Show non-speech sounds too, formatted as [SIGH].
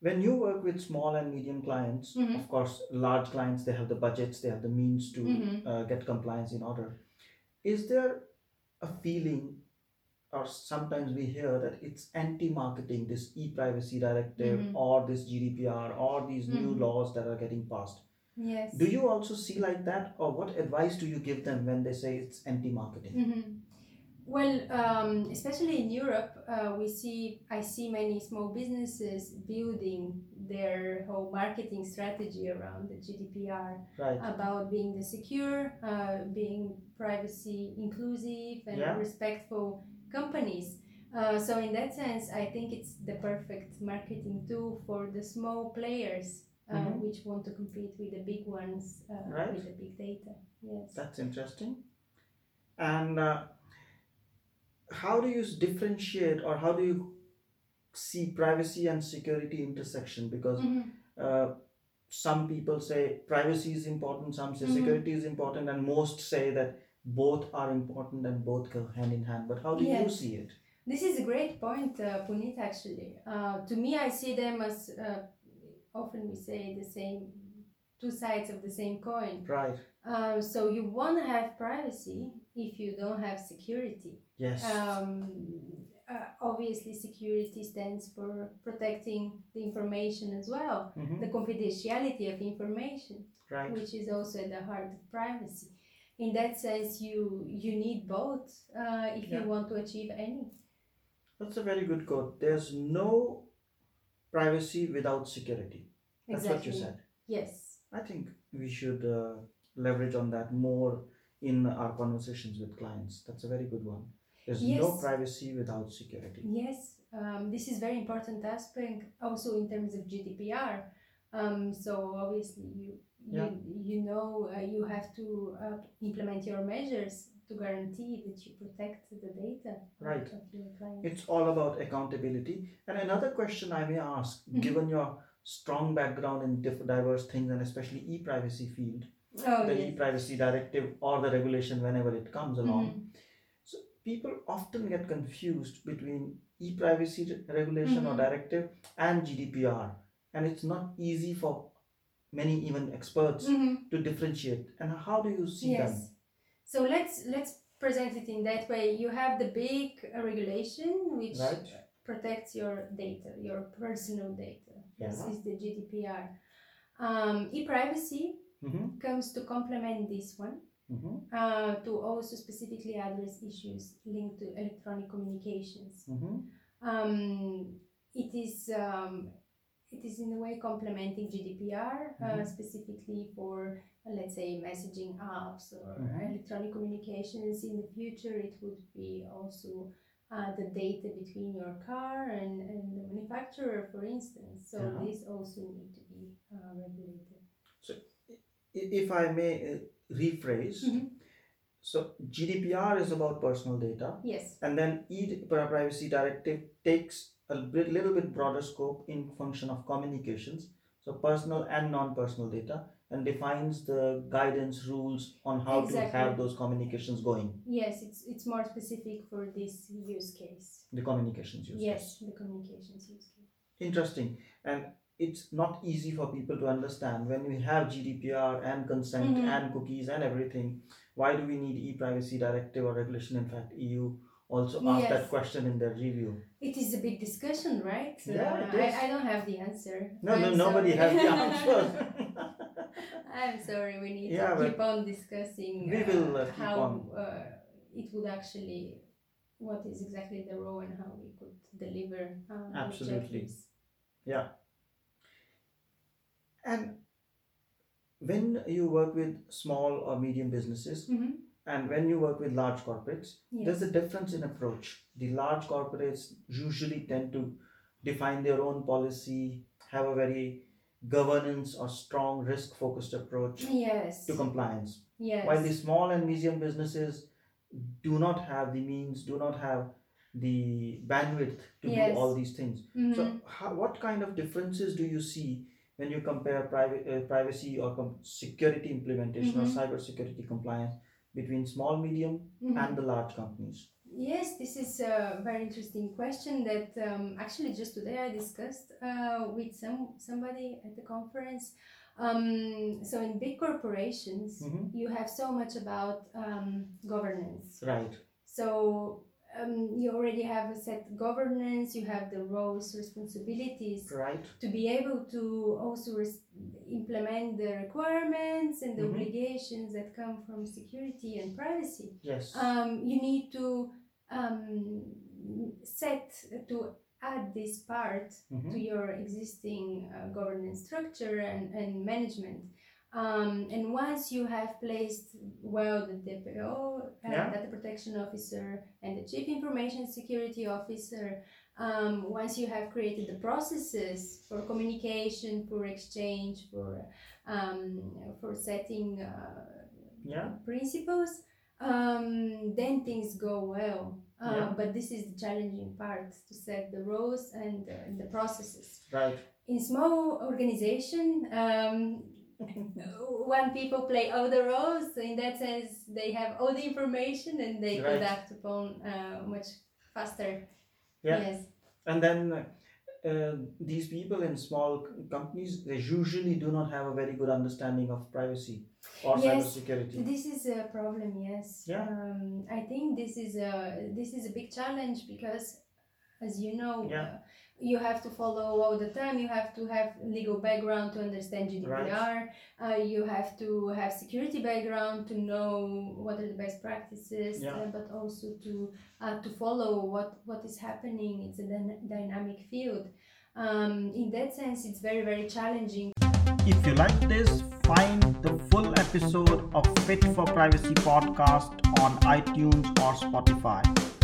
when you work with small and medium clients Mhm. of course large clients they have the budgets they have the means to Mhm. uh, get compliance in order is there a feeling or sometimes we hear that it's anti-marketing this e-privacy directive Mhm. or this gdpr or these new Mhm. laws that are getting passed Yes. do you also see like that or what advice do you give them when they say it's anti-marketing Mhm. Well, um, especially in Europe, uh, we see I see many small businesses building their whole marketing strategy around the GDPR right about being the secure, uh, being privacy inclusive and Yeah. respectful companies. Uh, so in that sense, I think it's the perfect marketing tool for the small players uh, Mhm. which want to compete with the big ones uh, Right. with the big data. Yes. That's interesting. And uh, how do you s- differentiate or how do you see privacy and security intersection? Because Mhm. uh, some people say privacy is important, some say Mhm. security is important, and most say that both are important and both go hand in hand. But how do you Yes. see it? This is a great point, uh, Puneet, actually. Uh, to me, I see them as uh, often we say the same, two sides of the same coin. Right. Uh, so you want to have privacy if you don't have security. Yes. Um, uh, obviously, security stands for protecting the information as well, Mhm. the confidentiality of information Right. which is also at the heart of privacy. In that sense, you you need both uh, if Yeah. you want to achieve any. That's a very good quote. There's no privacy without security. That's what you said. Yes. I think we should uh, leverage on that more in our conversations with clients. That's a very good one. There's no Yes. privacy without security. Yes. Um, this is very important aspect also in terms of GDPR. Um, so obviously you Yeah. you, you know uh, you have to uh, implement your measures to guarantee that you protect the data Right. of your clients. It's all about accountability. And another question I may ask, Mhm. given your strong background in diff- diverse things and especially e-privacy field, oh the yes. e-privacy directive or the regulation whenever it comes along, Mhm. people often get confused between e-privacy re- regulation or Mhm. directive and GDPR, and it's not easy for many even experts Mhm. to differentiate. And how do you see them? Yes. So let's let's present it in that way. You have the big uh, regulation which Right. protects your data, your personal data. This Yeah. is the GDPR. Um, e-privacy Mm-hmm. comes to complement this one Mm-hmm. uh, to also specifically address issues linked to electronic communications. Mm-hmm. Um, it is um, it is in a way complementing GDPR uh, Mhm. specifically for uh, let's say messaging apps or Mhm. electronic communications. In the future, it would be also uh, the data between your car and, and the manufacturer, for instance. So Yeah. these also need to be uh, regulated. If I may uh, rephrase, Mhm. so GDPR is about personal data, Yes. and then e-privacy directive takes a bit, little bit broader scope in function of communications, so personal and non-personal data, and defines the guidance rules on how to Exactly. have those communications going, Yes, it's it's more specific for this use case. the communications use. yes, the communications use case. Interesting. And it's not easy for people to understand when we have GDPR and consent Mhm. and cookies and everything. Why do we need e-privacy directive or regulation? In fact, EU also asked that Yes. question in their review. It is a big discussion, right? Yeah, Uh, it is. I, I don't have the answer. No, no, I'm nobody has sorry. [LAUGHS] the answer. I'm sorry, we need Yeah, to but keep on discussing we will, uh, keep how on. Uh, it would actually, what is exactly the role and how we could deliver. Uh, Absolutely. objectives. [LAUGHS] and when you work with small or medium businesses, Mhm. and when you work with large corporates, Yes. There's a difference in approach. The large corporates usually tend to define their own policy, have a very governance or strong risk focused approach Yes. to compliance. yes. While the small and medium businesses do not have the means, do not have the bandwidth to Yes. do all these things. Mhm. So, how, what kind of differences do you see when you compare private, uh, privacy or com- security implementation Mhm. or cybersecurity compliance between small, medium, Mhm. and the large companies? Yes, this is a very interesting question that um, actually just today I discussed uh, with some somebody at the conference. Um, so in big corporations, Mhm. you have so much about um, governance. Right. So um, you already have a set governance. You have the roles, responsibilities Right. to be able to also res- implement the requirements and the Mhm. obligations that come from security and privacy Yes. um, you need to um, set to add this part Mhm. to your existing uh, governance structure and, and management. Um, and once you have placed well the DPO, uh, Yeah. data protection officer, and the chief information security officer, um, once you have created the processes for communication, for exchange, for um, for setting uh, Mm. Yeah. principles, um, then things go well. Uh, Yeah. But this is the challenging part to set the roles and, uh, and the processes. Right. In small organization, um, [LAUGHS] when people play all the roles, in that sense, they have all the information and they Right. could act upon uh, much faster. Yeah. Yes. And then uh, these people in small c- companies, they usually do not have a very good understanding of privacy or Yes. cybersecurity. This is a problem, yes. Yeah. Um, I think this is a this is a big challenge because, as you know, Yeah. uh, you have to follow all the time. You have to have legal background to understand GDPR. Uh, you have to have security background to know what are the best practices, Yeah. uh, but also to uh, to follow what what is happening. It's a dyna- dynamic field. Um, in that sense, it's very very challenging. If you like this, find the full episode of Fit for Privacy podcast on iTunes or Spotify.